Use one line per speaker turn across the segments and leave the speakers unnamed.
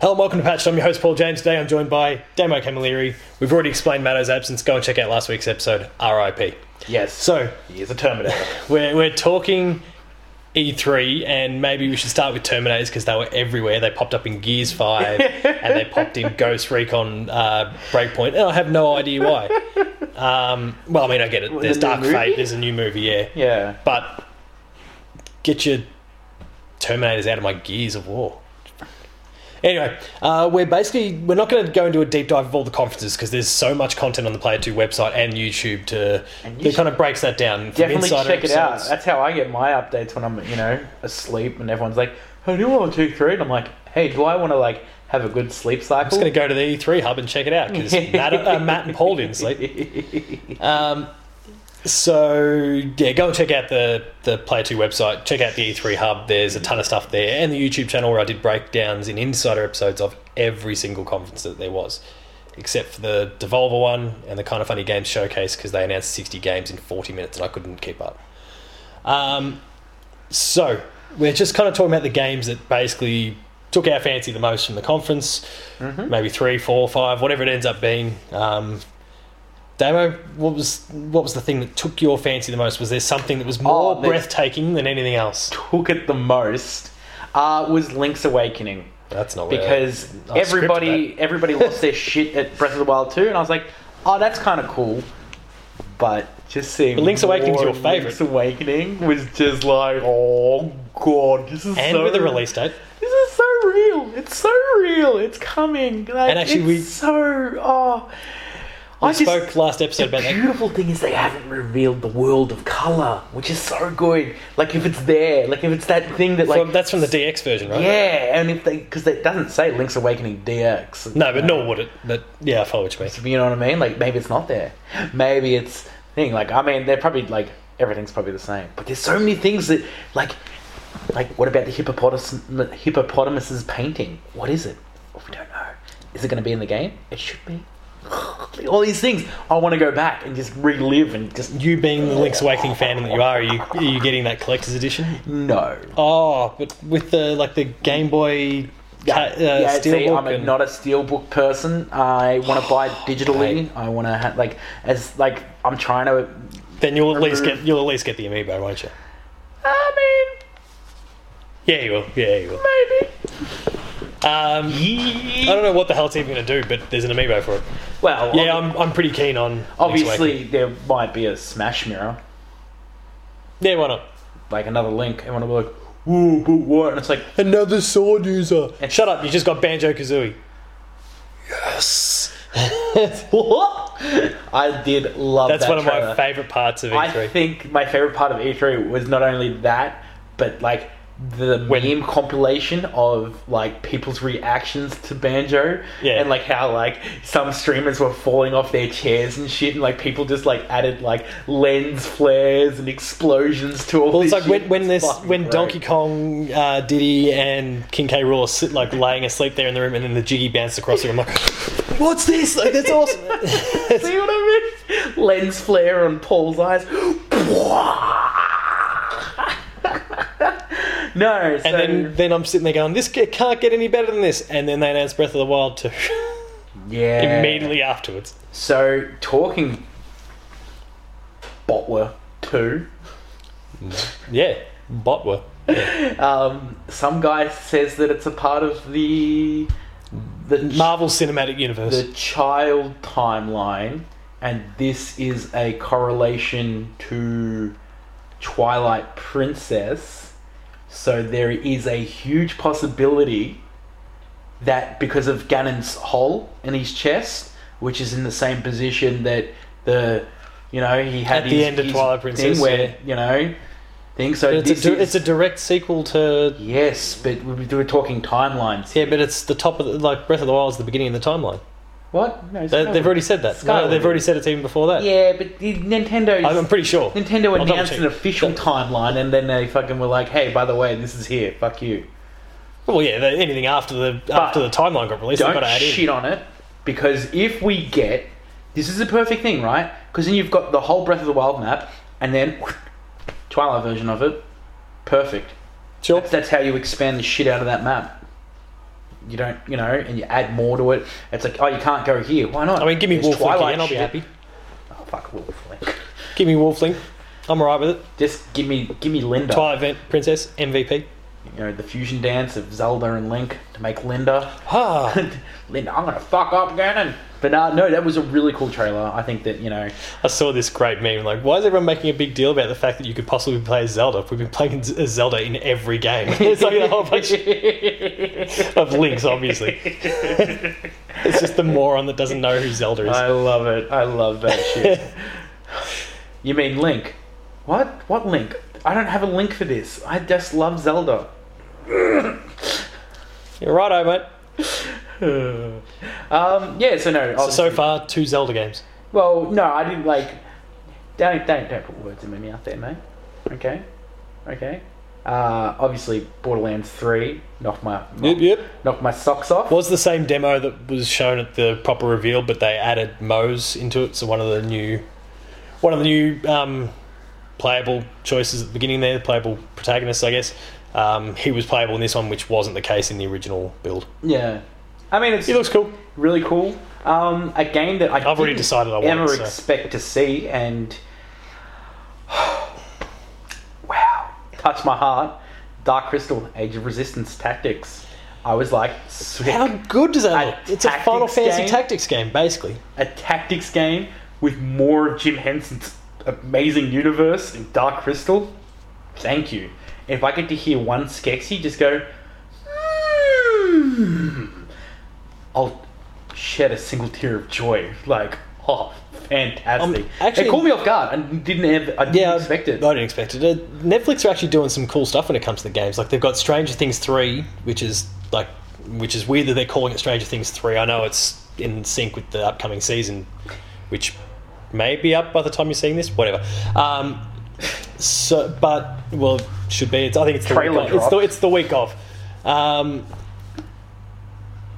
Hello and welcome to Patched. I'm your host Paul James. Today I'm joined by Damo Camilleri. We've already explained Matto's absence. Go and check out last week's episode, RIP.
Yes.
So,
he is a Terminator.
we're, we're talking E3, and maybe we should start with Terminators because they were everywhere. They popped up in Gears 5 and they popped in Ghost Recon uh, Breakpoint, and I have no idea why. Um, well, I mean, I get it.
Well,
There's
the new
Dark Fate,
movie?
there's a new movie, yeah.
yeah.
But get your Terminators out of my gears of war. Anyway, uh, we're basically we're not going to go into a deep dive of all the conferences because there's so much content on the Player Two website and YouTube to
And you
that kind of breaks that down. from
Definitely
insider
check it out.
episodes.
That's how I get my updates when I'm, you know, asleep and everyone's like, "Who do you want to three? And I'm like, "Hey, do I want to like have a good sleep cycle?"
I'm just going to go to the E3 hub and check it out because Matt, uh, Matt and Paul didn't sleep. Um, so yeah, go and check out the the Player Two website. Check out the E3 Hub. There's a ton of stuff there, and the YouTube channel where I did breakdowns in insider episodes of every single conference that there was, except for the Devolver one and the kind of funny games showcase because they announced 60 games in 40 minutes and I couldn't keep up. Um, so we're just kind of talking about the games that basically took our fancy the most from the conference.
Mm-hmm.
Maybe three, four, five, whatever it ends up being. Um, Damo, what was what was the thing that took your fancy the most? Was there something that was more
Oh, the-
breathtaking than anything else?
Hook it the most uh, was Link's Awakening
That's not where-
because
I scripted
everybody
that.
everybody lost their shit at Breath of the Wild 2 and I was like, "Oh, that's kind of cool." But just seeing
But Link's Awakening's
more
your favourite.
Link's Awakening was just like, "Oh god, this is
and
so
with the release date,
This is so real. It's so real. It's coming. Like,
And actually
it's
we-
so oh. I
we
just,
spoke last episode
the
about that.
beautiful thing is they haven't revealed the world of color, which is so good. Like if it's there, like if it's that thing that like
From- that's from the DX version, right?
yeah, and if they because it doesn't say Link's Awakening DX.
No, but nor would it. But yeah, I follow what you mean.
You know what I mean? Like maybe it's not there. Maybe it's thing. Like I mean, they're probably like everything's probably the same. But there's so many things that like like what about the hippopotamus hippopotamus's painting? What is it? Well, we don't know. Is it going to be in the game? It should be. All these things. I want to go back and just relive and just
You being the Link's Awakening fan that you are, are you, are you getting that collector's edition?
no.
Oh, but with the like the Game Boy ca- uh,
yeah, see,
steelbook
I'm a,
and-
not a steelbook person. I want to buy it digitally. I want to ha- like as like I'm trying to.
then you'll at least
remove-
get you'll at least get the amiibo, won't you?
I mean,
Yeah, you will. Yeah, you will.
maybe.
Um, I don't know what the hell it's even going to do, but there's an amiibo for it.
Well,
Yeah, I'm, I'm pretty keen on. Link's Awakening.
obviously there might be a smash mirror,
Yeah, why not?
like another link, and one will be like, "Whoa, but what?" And it's like,
Another sword user. Shut up! You just got Banjo Kazooie. Yes. That's
"What?" I did love that.
one of my
trailer.
favourite parts of E
I
E3.
think my favorite part of E3 was not only that, but like the meme compilation of like people's reactions to Banjo,
Yeah.
and like how like some streamers were falling off their chairs and shit, and like people just like added like lens flares and explosions to all.
Well, it's
this
like when,
shit.
when this
fucking
when
great.
Donkey Kong, uh, Diddy, and King K. Rool are sit like laying asleep there in the room, and then the jiggy bounced across the room. I'm like, what's this? Like, that's awesome.
See what I mean? Lens flare on Paul's eyes. no,
and
so
then then I'm sitting there going, this it can't get any better than this. And then they announce Breath of the Wild too
yeah,
immediately afterwards.
So talking Botwa two,
Yeah, Botwa.
um, some guy says that it's a part of the the
Marvel Cinematic Universe.
the child timeline, and this is a correlation to Twilight Princess. So there is a huge possibility that because of Ganon's hole in his chest, which is in the same position that the you know he had
At the
his-
end of
his
Twilight Princess,
thing where you know thing. So
But it's,
this
a, di- it's
is,
a direct sequel to
yes, but we we're talking timelines.
yeah, but it's the top of the, like Breath of the Wild is the beginning of the timeline.
What? No,
They, they've already said that. No,
Skyward.
they've already said it even before that.
Oh. Yeah, but the Nintendo.
I'm I'm pretty sure.
Nintendo
I'll double
announced
check.
an official timeline, and then they fucking were like, "Hey, by the way, this is here. Fuck you.
Well, yeah, they- anything after the after the timeline got released, they've got
Don't
to add in.
shit on it, because if we get this is the perfect thing, right? Because then you've got the whole Breath of the Wild map, and then Twilight version of it. Perfect.
Sure.
That's, that's how you expand the shit out of that map. you don't, you know, and you add more to it. It's like, oh, you can't go here. Why not?
I mean, give me
It's
Wolf Link
Twilight
again, I'll be
shit.
happy.
Oh, fuck Wolf Link.
Give me Wolf Link. I'm alright with it.
Just give me, give me Linda.
Twilight Event Princess, MVP.
You know, the fusion dance of Zelda and Link to make Linda.
Ah,
Linda, I'm gonna fuck up Ganon. But uh, no, that was a really cool trailer. I think that you know,
I saw this great meme. Like, why is everyone making a big deal about the fact that you could possibly play as Zelda? We've been playing Z- as Zelda in every game. it's like a whole bunch of links, obviously. it's just the moron that doesn't know who Zelda is.
I love it. I love that shit. you mean Link? What? What Link? I don't have a link for this. I just love Zelda.
You're right, mate.
Um, yeah. So no.
So, so
obviously-
far, two Zelda games.
Well, no, I didn't like. Don't don't don't put words in my mouth there, mate. Okay, okay. Uh, obviously, Borderlands Three knocked my
Yep, yep.
knocked my socks off.
Was the same demo that was shown at the proper reveal, but they added Moe's into it. So one of the new, one of the new um, playable choices at the beginning there, the playable protagonists, I guess. Um, he was playable in this one, which wasn't the case in the original build.
Yeah, I mean it's
He looks cool.
really cool. Um, a game that I
I've already
didn't
decided I want
ever
it, so-
expect to see, and wow, touched my heart. Dark Crystal: Age of Resistance Tactics. I was like, sick.
How good does that
A
look? It's a Final
tactics
Fantasy
game?
tactics game, basically.
a tactics game with more of Jim Henson's amazing universe in Dark Crystal. Thank you. If I get to hear one Skeksis just go, "Hmm," I'll shed a single tear of joy. Like, oh,
Um,
fantastic!
actually-
it caught me off guard. I didn't ever, I didn't
Yeah,
expect it.
I didn't expect it. Uh, Netflix are actually doing some cool stuff when it comes to the games. Like they've got Stranger Things three, which is like, which is weird that they're calling it Stranger Things three. I know it's in sync with the upcoming season, which may be up by the time you're seeing this. Whatever. Um, so, but well, should be. It's, I think it's the
Trailer
week of. It's the,
drop.
it's the week of. Um,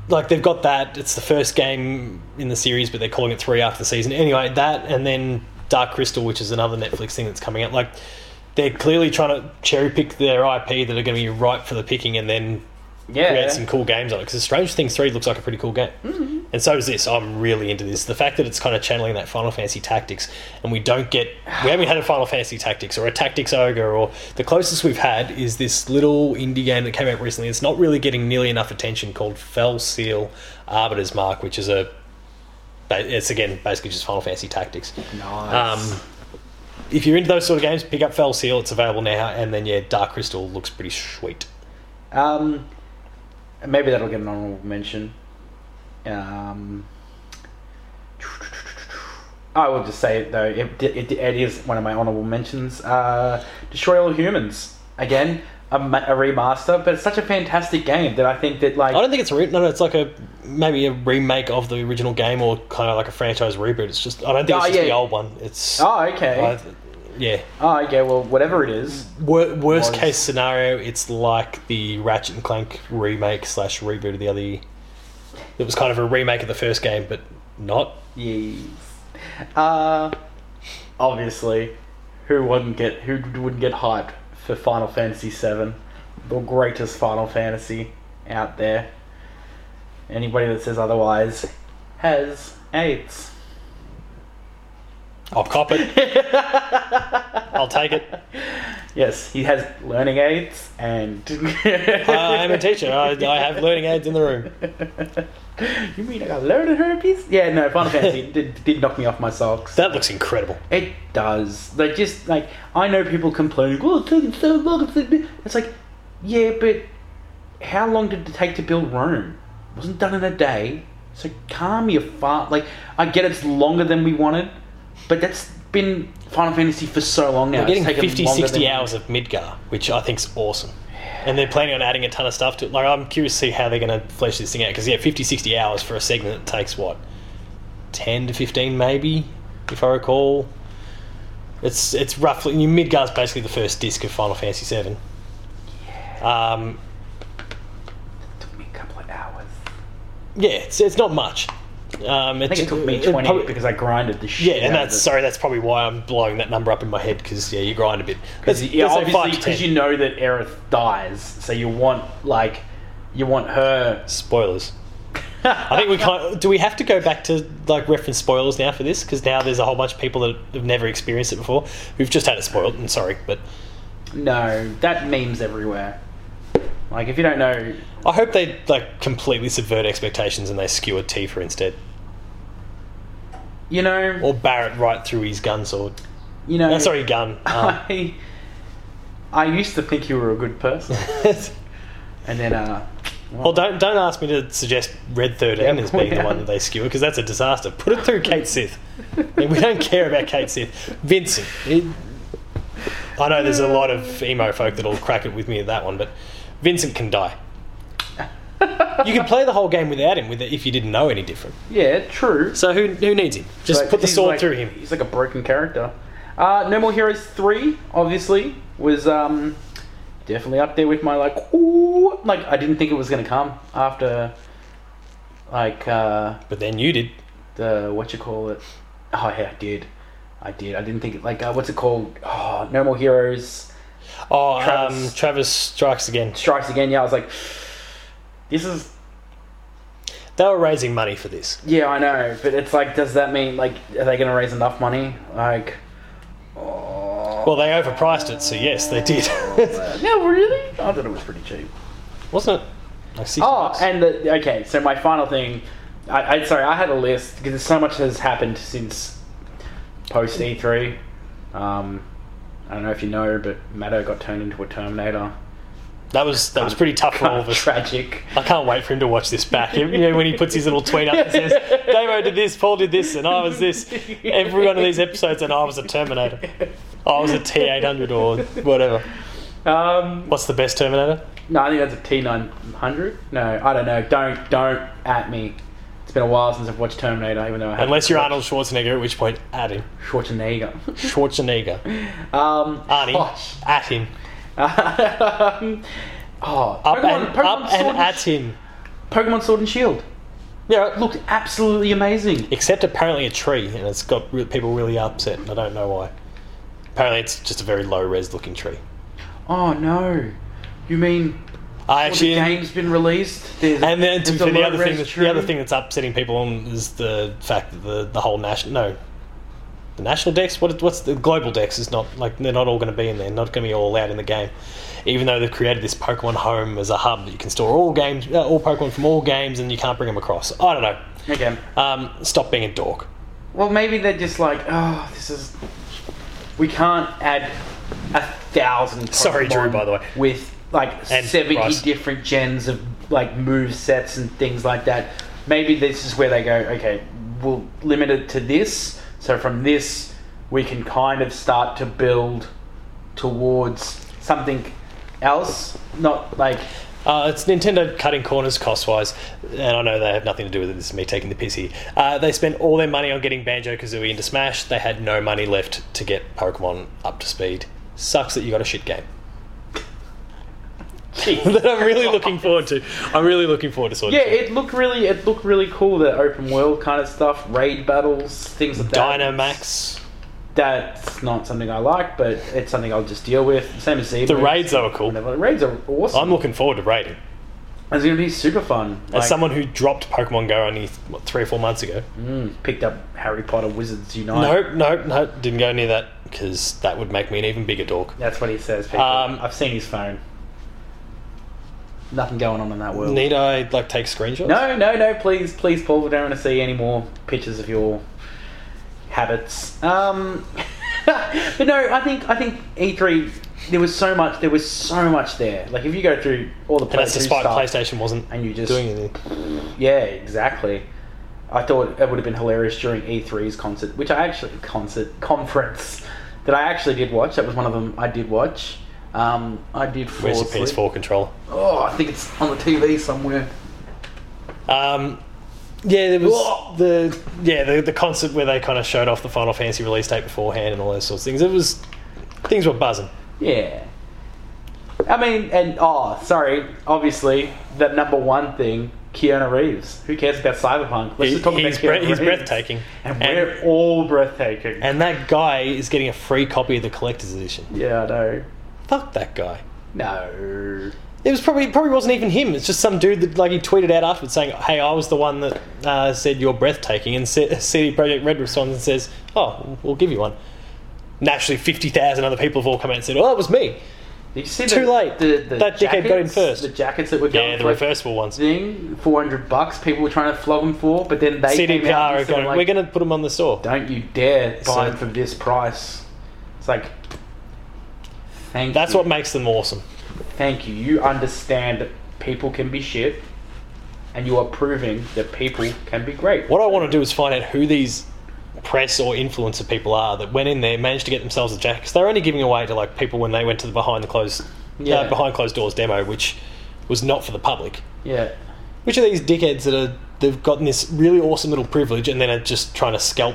like they've got that. It's the first game in the series, but they're calling it three after the season. Anyway, that and then Dark Crystal, which is another Netflix thing that's coming out. Like they're clearly trying to cherry pick their IP that are going to be ripe for the picking, and then
yeah,
create some cool games on it. Because Strange Things three looks like a pretty cool game,
Mm-hmm.
and so does this. I'm really into this. The fact that it's kind of channeling that Final Fantasy Tactics, and we don't get we haven't had a Final Fantasy Tactics or a Tactics Ogre, or the closest we've had is this little indie game that came out recently. It's not really getting nearly enough attention. Called Fell Seal Arbiter's Mark, which is a it's again basically just Final Fantasy Tactics.
Nice.
Um, if you're into those sort of games, pick up Fell Seal. It's available now, and then yeah, Dark Crystal looks pretty sweet.
Um, maybe that'll get an honorable mention. Um, I will just say it though. It, it, it is one of my honorable mentions. Uh, Destroy All Humans again, a, ma- a remaster, but it's such a fantastic game that I think that like
I don't think it's a re- no, no. It's like a maybe a remake of the original game or kind of like a franchise reboot. It's just I don't think
Oh,
it's just
yeah.
the old one. It's
oh okay,
I- yeah.
oh okay. Well, whatever it is,
Wor- worst
Was-
case scenario, it's like the Ratchet and Clank remake slash reboot of the other. year. It was kind of a remake of the first game, but not.
yes. Uh, obviously, who wouldn't get who wouldn't get hyped for Final Fantasy VII, the greatest Final Fantasy out there. Anybody that says otherwise has AIDS.
I'll cop it. I'll take it.
Yes, he has learning aids and.
I am a teacher. I, I have learning aids in the room.
you mean I got learning herpes? Yeah, no, Final Fantasy did, did knock me off my socks.
That looks incredible.
It does. They just like I know people complaining. Well, it's taking so long. It's like- It's like, yeah, but how long did it take to build Rome? It wasn't done in a day. So calm your fart. Like I get it's longer than we wanted, but that's been Final Fantasy for so long now.
They're getting
It's taken
50,
longer
60
than-
hours of Midgar, which I think's awesome. And they're planning on adding a ton of stuff to it. Like, I'm curious to see how they're going to flesh this thing out. Because, yeah, 50, 60 hours for a segment that takes, what, 10 to 15 maybe, if I recall. It's it's roughly... Midgar's basically the first disc of Final Fantasy VII. Um,
Took me a couple of hours.
yeah, it's, it's not much. Um,
I think it took me twenty because I grinded the
yeah,
shit.
and
out of
that's...
it.
Sorry, that's probably why I'm blowing that number up in my head. Because, yeah, you grind a bit. That's,
Yeah,
that's like five
obviously
to
because
10.
you know that Aerith dies, so you want like You want her.
Spoilers. I think we can't. Do we have to go back to like reference spoilers now for this? Because now there's a whole bunch of people that have never experienced it before who've just had it spoiled. And sorry, but
No, that meme's everywhere. Like, if you don't know.
I hope they like completely subvert expectations and they skewer Tifa instead,
You know.
or Barret right through his gun sword.
you know.
No, sorry, gun. Um,
I,
Ah.
I used to think you were a good person. And then, uh.
well, don't don't ask me to suggest Red Thirteen
Yeah,
as being
yeah.
the one that they skewer because that's a disaster. Put it through Kate Sith. I mean, we don't care about Kate Sith. Vincent. it- I know there's a lot of emo folk that'll crack it with me at that one, but Vincent can die. You can play the whole game without him with if you didn't know any different.
Yeah, true.
So who who needs him? Just
Like,
put the
he's
sword
like-
through him.
He's like a broken character. Uh, no More Heroes 3, obviously, was um, definitely up there with my, like, ooh. Like, I didn't think it was going to come after, like, uh,
But then you did.
the, what you call it? Oh, yeah, I did. I did. I didn't think, it, like, uh, what's it called? Oh, No More Heroes
Oh, Travis,
Travis.
um, Travis strikes again.
Strikes Again. Yeah, I was like, this is
They were raising money for this.
Yeah, I know, but it's like, does that mean like are they going to raise enough money? Like, oh,
Well, they overpriced it, so yes, they did.
no, really? I thought it was pretty cheap.
Wasn't it? Like six
Oh,
bucks?
and the, okay, so my final thing, I, I sorry, I had a list because so much has happened since post E three. Um, I don't know if you know, but Maddo got turned into a Terminator.
that was that was pretty tough for all of us.
tragic.
I can't wait for him to watch this back. You know, when he puts his little tweet up and says, Damo did this, Paul did this, and I was this. Every one of these episodes, and I was a Terminator. I was a T 800 or whatever.
Um,
What's the best Terminator?
No, I think that's a T nine hundred. No, I don't know. Don't don't at me. It's been a while since I've watched Terminator, even though I have.
Unless you're Arnold Schwarzenegger, at which point, at him.
Schwarzenegger.
Schwarzenegger.
Um,
Arnie.
gosh.
At him.
oh,
Up, and,
Pokemon, Pokemon,
up
Sword
and
and-
at him.
Pokemon Sword and Shield
Yeah, look,
looked absolutely amazing.
except apparently a tree, and it's got re- people really upset, and I don't know why. Apparently, it's just a very low res looking tree.
Oh no, you mean
I
well,
actually.
the game's been released? There's,
and then to
there's
be
a
fair, the other
low-res
thing, that,
tree?
the other thing that's upsetting people on is the fact that the, the whole national no, the national decks. What what's the global decks is not like they're not all going to be in there. Not going to be all out in the game, even though they've created this Pokemon Home as a hub that you can store all games, uh, all Pokemon from all games, and you can't bring them across. I don't know.
Okay.
Um, stop being a dork.
Well, maybe they're just like, oh, this is. We can't add a thousand.
Sorry, Drew,
Pokemon
by the way.
With like
And
seventy
Bryce.
different gens of like move sets and things like that. Maybe this is where they go. Okay, we'll limit it to this. So from this, we can kind of start to build towards something else. Not like
Uh, it's Nintendo cutting corners cost wise, and I know they have nothing to do with it. This is me taking the piss here. Uh, they spent all their money on getting Banjo Kazooie into Smash. They had no money left to get Pokemon up to speed. Sucks that you got a shit game. that I'm really looking forward to. I'm really looking forward to sort
yeah,
of
it looked really, it looked really cool. The open world kind of stuff, raid battles, things like that.
Dynamax.
that's not something I like, but it's something I'll just deal with. Same as Zebra.
The raids though are cool.
Whatever. Raids are awesome.
I'm looking forward to raiding.
it's going to be super fun.
As
Like,
someone who dropped Pokemon Go only what, three or four months ago.
mm, picked up Harry Potter Wizards Unite.
Nope, nope, nope. Didn't go near that because that would make me an even bigger dork.
That's what he says, people.
Um,
I've seen his phone. Nothing going on in that world.
Need I like take screenshots?
no, no, no, please, please, Paul, we don't want to see any more pictures of your habits. Um, but no, I think I think E3 there was so much there was so much there. Like if you go through all the
And that's
PlayStation
despite
stuff,
PlayStation wasn't
and you just
doing anything.
Yeah, exactly. I thought it would have been hilarious during E3's concert, which I actually concert conference that I actually did watch. That was one of them I did watch. Um, I did fall
Where's your
asleep.
PS4 controller?
Oh, I think it's on the TV somewhere.
Um, yeah, there was
Whoa.
the yeah the, the concert where they kind of showed off the Final Fantasy release date beforehand and all those sorts of things. It was things were buzzing.
Yeah. I mean, and oh, sorry. Obviously, the number one thing, Keanu Reeves. Who cares about Cyberpunk? Let's
He-
just talk about
he's
Keanu
bre- he's
Reeves.
breathtaking.
and,
And-
we're all breathtaking.
And that guy is getting a free copy of the collector's edition.
yeah, I know.
Fuck that guy.
No.
It was probably probably wasn't even him. It's just some dude that like he tweeted out afterwards saying, "Hey, I was the one that uh, said you're breathtaking." And C- CD Projekt Red responds and says, "Oh, we'll give you one." Naturally, fifty thousand other people have all come out and said, "Oh, it was me."
Did you see
Too
the,
late.
The, the
That dickhead
jackets,
got in first.
The jackets that were going
Yeah, the
for
reversible ones.
thing, four hundred bucks. People were trying to flog them for, but then they came out
CDPR
and
are
said,
going.
like,
we're going to put them on the store.
"Don't you dare buy
So-
them for this price." It's like, thank.
That's
you.
what makes them awesome.
Thank you. You understand that people can be shit, and you are proving that people can be great.
What I want to do is find out who these press or influencer people are that went in there, managed to get themselves a jacket. 'Cause they're only giving away to like people when they went to the behind the closed,
Yeah.
uh, behind closed doors demo, which was not for the public.
Yeah.
Which are these dickheads that are they've gotten this really awesome little privilege and then are just trying to scalp?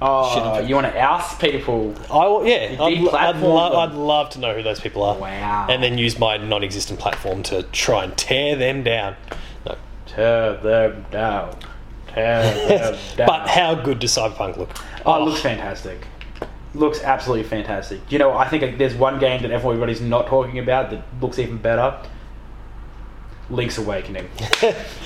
Oh,
Shit.
you want to oust people?
I will- yeah, I'd,
You
I'd,
deplatformed
lo-
them.
I'd love to know who those people are,
Wow.
and then use my non-existent platform to try and tear them down. No.
tear them down. Tear them down.
But how good does Cyberpunk look?
Oh, it looks fantastic. Looks absolutely fantastic. You know, I think like, there's one game that everybody's not talking about that looks even better. Link's Awakening.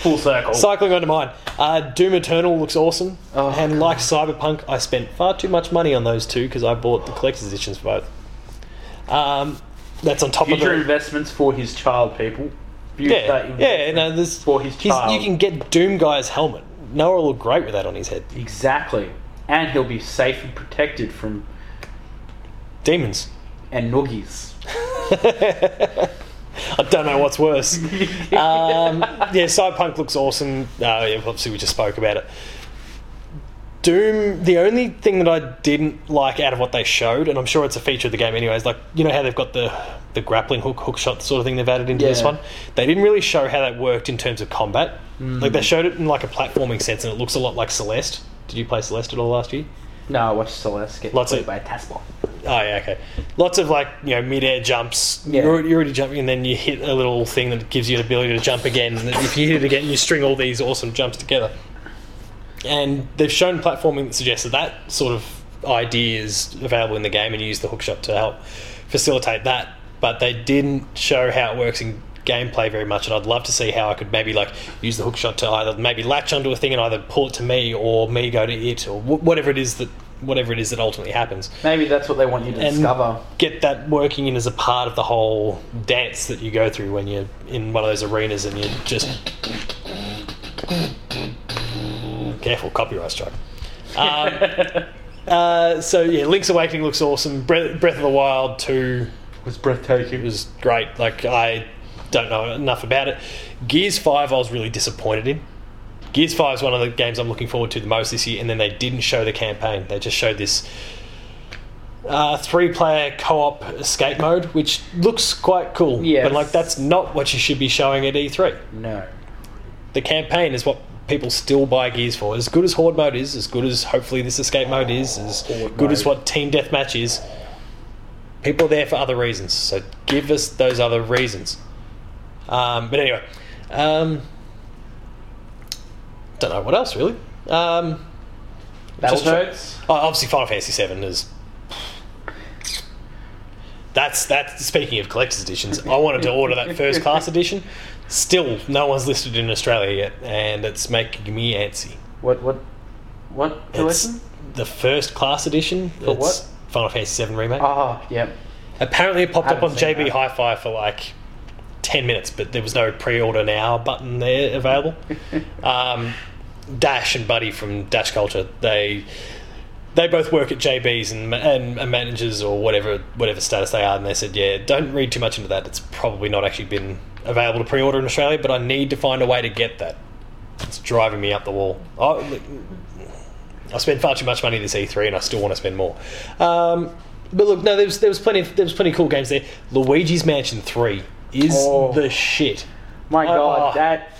Full circle.
Cycling onto mine. Uh, Doom Eternal looks awesome.
Oh,
and like Cyberpunk, I spent far too much money on those two because I bought the collector's editions for both. Um, that's on top
Future
of the.
investments for his child, people. Future
Yeah, yeah,
investments.
no, there's.
For his
he's-
child.
You can get Doom Guy's helmet. Noah will look great with that on his head.
Exactly. And he'll be safe and protected from
Demons.
and noogies.
I don't know what's worse. um, yeah, Cyberpunk looks awesome. Uh, yeah, obviously, we just spoke about it. Doom, the only thing that I didn't like out of what they showed, and I'm sure it's a feature of the game anyways, like, you know how they've got the, the grappling hook, hook shot sort of thing they've added into this
Yeah.
one? They didn't really show how that worked in terms of combat. Like, they showed it in, like, a platforming sense, and it looks a lot like Celeste. Did you play Celeste at all last year?
No, I watched Celeste get
Lots
Lots
of-
by a Tesla.
Oh yeah, okay. Lots of like you know mid-air jumps.
Yeah.
You're, you're already jumping, and then you hit a little thing that gives you the ability to jump again. And if you hit it again, you string all these awesome jumps together. And they've shown platforming that suggests that that sort of idea is available in the game, and you use the hookshot to help facilitate that. But they didn't show how it works in gameplay very much, and I'd love to see how I could maybe like use the hookshot to either maybe latch onto a thing and either pull it to me, or me go to it, or wh- whatever it is that whatever it is that ultimately happens
Maybe that's what they want you to
and
discover.
get that working in as a part of the whole dance that you go through when you're in one of those arenas and you're just careful copyright strike. Um, uh, so yeah, Link's Awakening looks awesome. Breath, Breath of the Wild two
was breathtaking.
it was great. Like I don't know enough about it. Gears Five, I was really disappointed in. Gears Five is one of the games I'm looking forward to the most this year, and then they didn't show the campaign. They just showed this uh, three-player co-op escape mode, which looks quite cool.
Yes.
but like that's not what you should be showing at E E3.
no.
The campaign is what people still buy Gears for. As good as Horde mode is, as good as hopefully this escape mode is, as
Horde
good as
mode.
what Team Deathmatch is. People are there for other reasons, so give us those other reasons. Um, but anyway, um, don't know what else really. Um, Just-
Battletoads.
oh, obviously, Final Fantasy Seven is. That's that's speaking of collector's editions. I wanted to order that first class edition. Still, no one's listed in Australia yet, and it's making me antsy.
What? What? What?
It's
Collection?
the first class edition.
For
it's
what?
Final Fantasy VII remake.
Ah, yep.
Apparently, it popped up
haven't
on
seen
JB
that.
Hi-Fi for like ten minutes, but there was no pre-order now button there available. um, Dash and Buddy from Dash Culture, they they both work at JBs and ma- and, and managers or whatever whatever status they are, and they said, yeah, don't read too much into that. It's probably not actually been available to pre-order in Australia, but I need to find a way to get that. It's driving me up the wall. I, I spent far too much money this E3, and I still want to spend more. Um, but look, no, there was there was plenty of, there was plenty of cool games there. Luigi's Mansion Three is
Oh.
the shit,
My
Oh.
God, that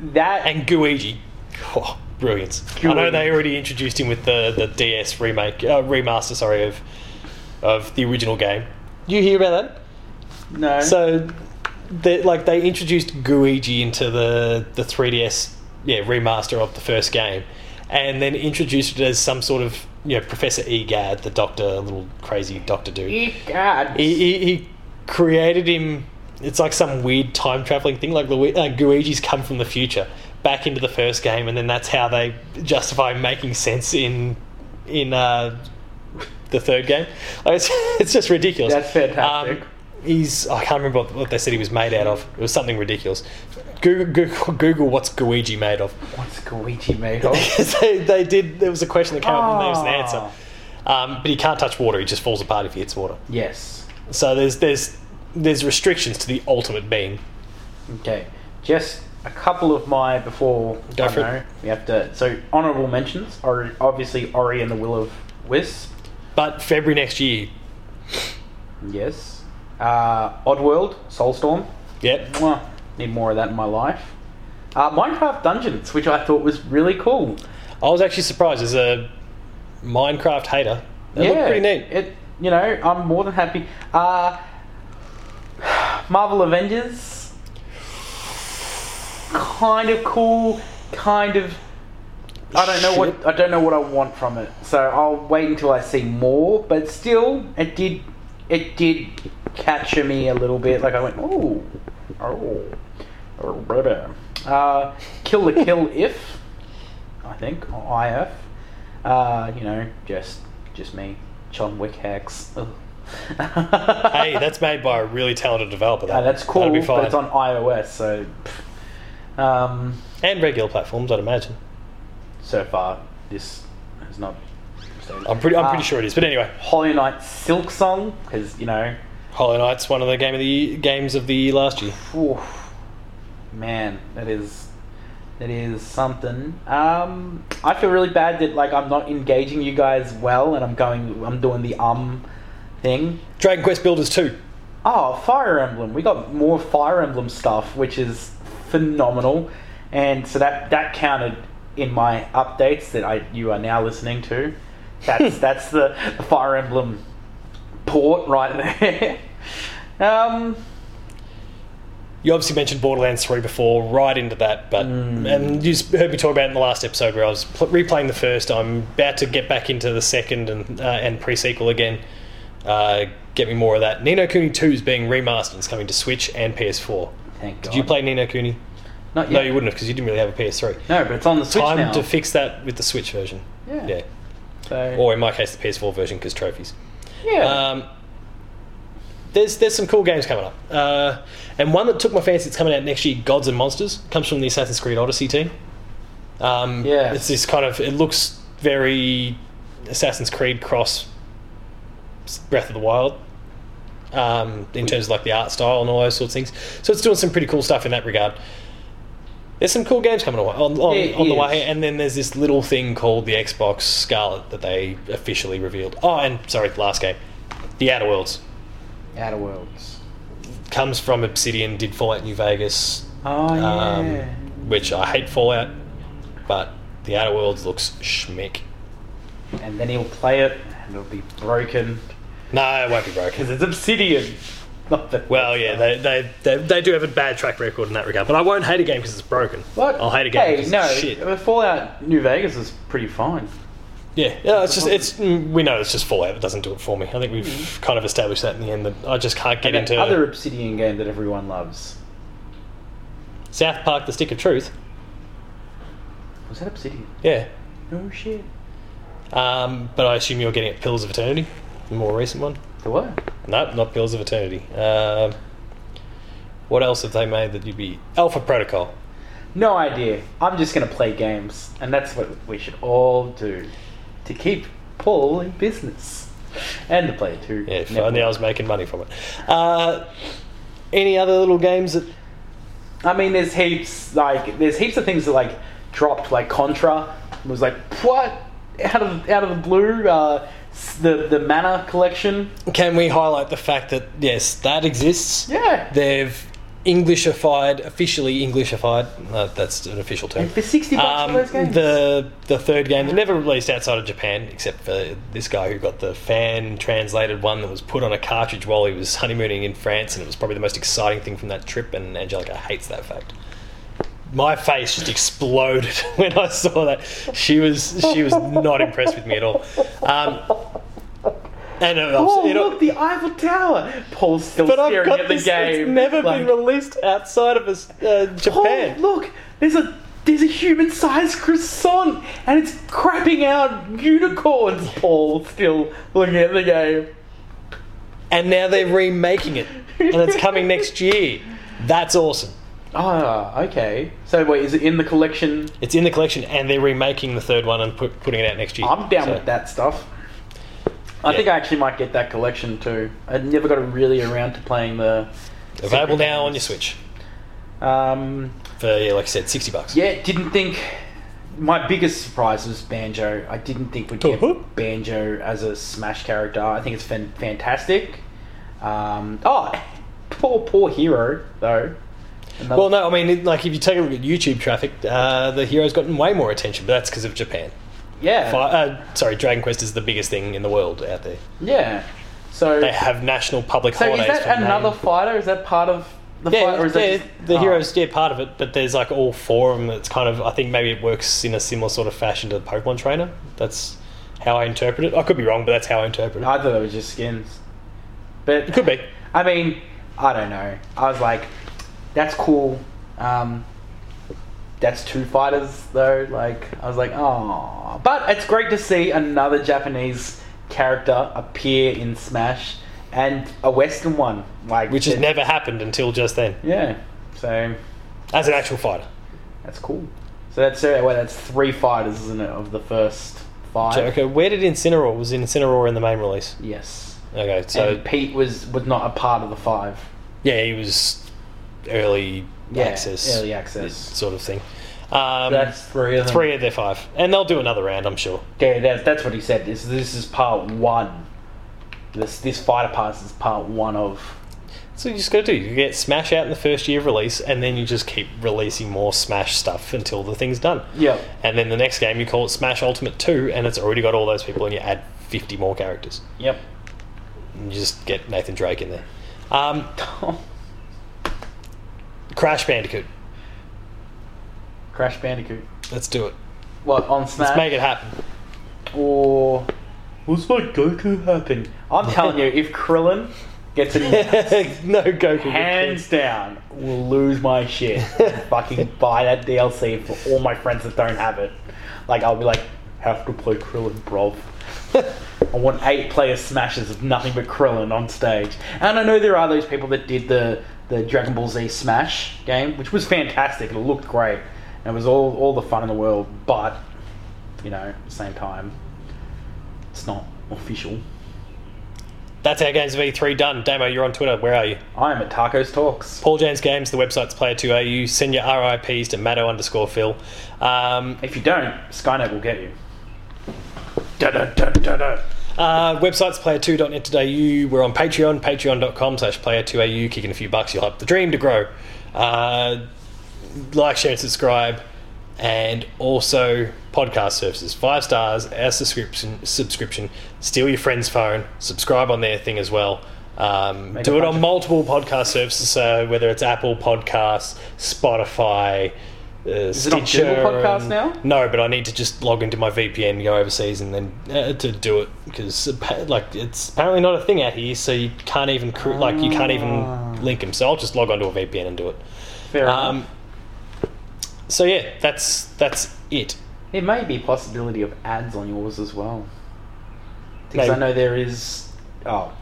that
and Guigi, oh, brilliance! I know they already introduced him with the, the DS remake uh, remaster, sorry of of the original game. You hear about that?
no.
So, they, like they introduced Guigi into the the 3DS yeah remaster of the first game, and then introduced it as some sort of you know Professor Egad, the doctor, little crazy doctor dude.
Eek, God.
He, he, he created him It's like some weird time traveling thing. Like Lu- uh, Luigi's come from the future back into the first game, and then that's how they justify making sense in in uh, the third game. Like, it's, it's just ridiculous.
That's fantastic.
Um, he's I can't remember what, what they said he was made out of. It was something ridiculous. Google Google, Google what's Guiji made of?
What's Goichi made of?
'Cause they, they did. There was a question that came up, and there was an answer.
Ah.
Um, but he can't touch water. He just falls apart if he hits water.
Yes.
So there's there's there's restrictions to the ultimate being.
Okay. Just a couple of my before
Go
I
for it.
know, we have to so honorable mentions are obviously Ori and the Will of Wisp.
But February next year,
Yes. Uh, Oddworld, Soulstorm.
yep,
Mwah. Need more of that in my life. Uh, Minecraft Dungeons, which I thought was really cool.
I was actually surprised as a Minecraft hater. They look pretty neat.
It, you know, I'm more than happy. Uh, Marvel Avengers, kind of cool, kind of. I don't know what I don't know what I want from it, so I'll wait until I see more. But still, it did it did catch me a little bit. Like I went, oh, oh, oh, brother. Uh, kill the kill if I think or IF. Uh, you know, just just me, John Wick hacks. Ugh.
hey, that's made by a really talented developer. Though.
Uh, that's cool,
That'll be fine.
but it's on iOS, so pff. um,
and regular platforms, I'd imagine.
so far this has not. stayed.
I'm pretty I'm pretty
Uh,
sure it is. But anyway,
Hollow Knight Silk Song, because you know,
Hollow Knight's one of the game of the year, games of the year last year.
phew, man, that is that is something. Um, I feel really bad that like I'm not engaging you guys well, and I'm going, I'm doing the um thing.
Dragon Quest Builders 2.
Oh, Fire Emblem. We got more Fire Emblem stuff, which is phenomenal. And so that that counted in my updates that I you are now listening to. That's that's the, the Fire Emblem port right there. um
You obviously mentioned Borderlands 3 before, right into that, but
Mm.
and you s- heard me talk about it in the last episode where I was pl- replaying the first. I'm about to get back into the second and uh, and pre-sequel again. Uh, get me more of that. Nino Cooney 2 is being remastered. It's coming to Switch and PS4.
thank God.
Did you play Nino Cooney?
Not yet.
No, you wouldn't have because you didn't really have a PS3.
No, but it's on the Switch
Time
now.
to fix that with the Switch version.
Yeah.
Yeah.
so,
Or in my case, the PS4 version because trophies.
yeah.
Um, there's there's some cool games coming up, uh, and one that took my fancy. It's coming out next year. Gods and Monsters comes from the Assassin's Creed Odyssey team. Um,
Yeah.
it's this kind of it looks very Assassin's Creed cross Breath of the Wild um, in terms of like the art style and all those sorts of things. So it's doing some pretty cool stuff in that regard. There's some cool games coming on, on, on,
There
on the
is.
way, and then there's this little thing called the Xbox Scarlet that they officially revealed. Oh, and sorry, last game, The Outer Worlds
Outer Worlds.
comes from Obsidian, did Fallout New Vegas,
Oh
um,
yeah.
which I hate Fallout, but The Outer Worlds looks schmick.
and then he'll play it and it'll be broken.
No, it won't be broken.
Because it's obsidian. Not that
Well, yeah, they, they, they, they do have a bad track record in that regard, but I won't hate a game because it's broken.
What?
I'll hate a game
Hey,
because
no. uh,
it's Oh, shit.
Fallout New Vegas is pretty fine.
Yeah, yeah, it's just it's mm, we know it's just Fallout. It doesn't do it for me. I think we've kind of established that in the end that I just can't get
And
into
that other Obsidian game that everyone loves.
South Park: The Stick of Truth.
Was that Obsidian?
Yeah,
No shit.
um, but I assume you're getting at Pillars of Eternity, the more recent one.
The what?
No, not Pillars of Eternity. Um, what else have they made that you'd be Alpha Protocol?
No idea. I'm just gonna play games, and that's what we should all do to keep Paul in business and the player too.
Yeah, if
Network.
only I was making money from it. Uh, any other little games that?
I mean, there's heaps like there's heaps of things that like dropped like Contra was like what out of out of the blue. Uh, s- the the Mana collection.
Can we highlight the fact that yes, that exists?
Yeah.
They've Englishified, officially Englishified. Uh, that's an official term.
for 60 bucks
Um,
for those games.
the the third game that never released outside of Japan, except for this guy who got the fan translated one that was put on a cartridge while he was honeymooning in France, and it was probably the most exciting thing from that trip. And Angelica hates that fact. My face just exploded when I saw that. She was she was not impressed with me at all. Um, And it,
Oh,
it-
look, the Eiffel Tower. Paul's still
but I've
staring
got
at
this.
the game.
It's never been
like,
released outside of us, uh,
Paul,
Japan.
look, there's a there's a human-sized croissant, and it's crapping out unicorns. Paul still looking at the game.
and now they're remaking it, and it's coming next year. That's awesome.
Ah, okay. So wait, is it in the collection?
It's in the collection, and they're remaking the third one and put, putting it out next year.
I'm down
So-
with that stuff. I
Yeah.
think I actually might get that collection too. I never got really around to playing the.
Available now on your Switch
Um,
for yeah, like I said, sixty bucks.
yeah, didn't think. My biggest surprise was Banjo. I didn't think we'd get
Uh-huh.
Banjo as a Smash character. I think it's fan- fantastic. Um, oh, poor, poor hero though. Another-
Well, no, I mean, it- like if you take a look at YouTube traffic, uh, the hero's gotten way more attention, but that's because of Japan.
yeah,
Fi uh, sorry, Dragon Quest is the biggest thing in the world out there.
yeah. So,
They have national public
so is
holidays. for
that
name.
another fighter? Is that part of the
Yeah,
fight, or is
yeah,
that just-
the
oh.
hero's yeah part of it, but there's like all four of them. That's kind of I think maybe it works in a similar sort of fashion to the Pokemon trainer. That's how I interpret it. I could be wrong, but that's how I interpret it.
I thought it was just skins. But
It could be.
I mean, I don't know. I was like, that's cool. Um, that's two fighters though. Like I was like, oh, but it's great to see another Japanese character appear in Smash and a Western one. Like
Which has
it-
never happened until just then,
yeah. So
as an actual fighter.
that's cool. So that's uh, well, that's three fighters, isn't it, of the first five?
Jericho, where did Incineroar was Incineroar in the main release?
Yes.
Okay,
So
so
Pete was was not a part of the five.
yeah, he was early
Yeah,
access,
early access.
sort of thing. Um,
That's three of them.
three of their five, and they'll do another round, I'm sure.
Yeah, that, that's what he said. This, this is part one. This this fighter pass is part one of.
So you just got to do. You get Smash out in the first year of release, and then you just keep releasing more Smash stuff until the thing's done.
Yep.
And then the next game you call it Smash Ultimate Two, and it's already got all those people, and you add fifty more characters.
Yep.
And you just get Nathan Drake in there. Um, Crash Bandicoot.
Crash Bandicoot.
Let's do it.
What on
Let's
Smash
make it happen.
or what's my Goku happen? I'm telling you, if Krillin gets in,
no Goku.
hands down, will lose my shit. Fucking buy that DLC for all my friends that don't have it. Like I'll be like, have to play Krillin, brov. I want eight player smashes of nothing but Krillin on stage. And I know there are those people that did the, the Dragon Ball Z Smash game, which was fantastic. It looked great. And it was all, all the fun in the world. But, you know, at the same time, it's not official.
That's our Games of E3 done. Damo, you're on Twitter. Where are you?
I am at Tacos Talks.
Paul James Games, the website's player2au. Send your RIPs to Matto underscore Phil. Um,
If you don't, Skynet will get you. Da da da da da.
Uh, website's player2.net.au. We're on Patreon, patreon.com slash player2au. Kicking a few bucks, you'll help the dream to grow. Uh, like, share, and subscribe. And also podcast services. Five stars, our subscription, subscription. Steal your friend's phone, subscribe on their thing as well. Um,
Make
do
a
it
bunch
on
of-
multiple podcast services, so whether it's Apple Podcasts, Spotify, uh, Is
it on Google Podcasts now?
no, but I need to just log into my VPN, go overseas, and then uh, to do it because like it's apparently not a thing out here, so you can't even cr- like you can't
Ah.
even link them. So I'll just log onto a VPN and do it.
Fair
Um,
enough.
so yeah, that's that's it.
There may be a possibility of ads on yours as well. Because I
Maybe.
know there is. Oh,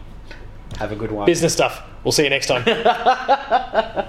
have a good one.
Business stuff. We'll see you next time.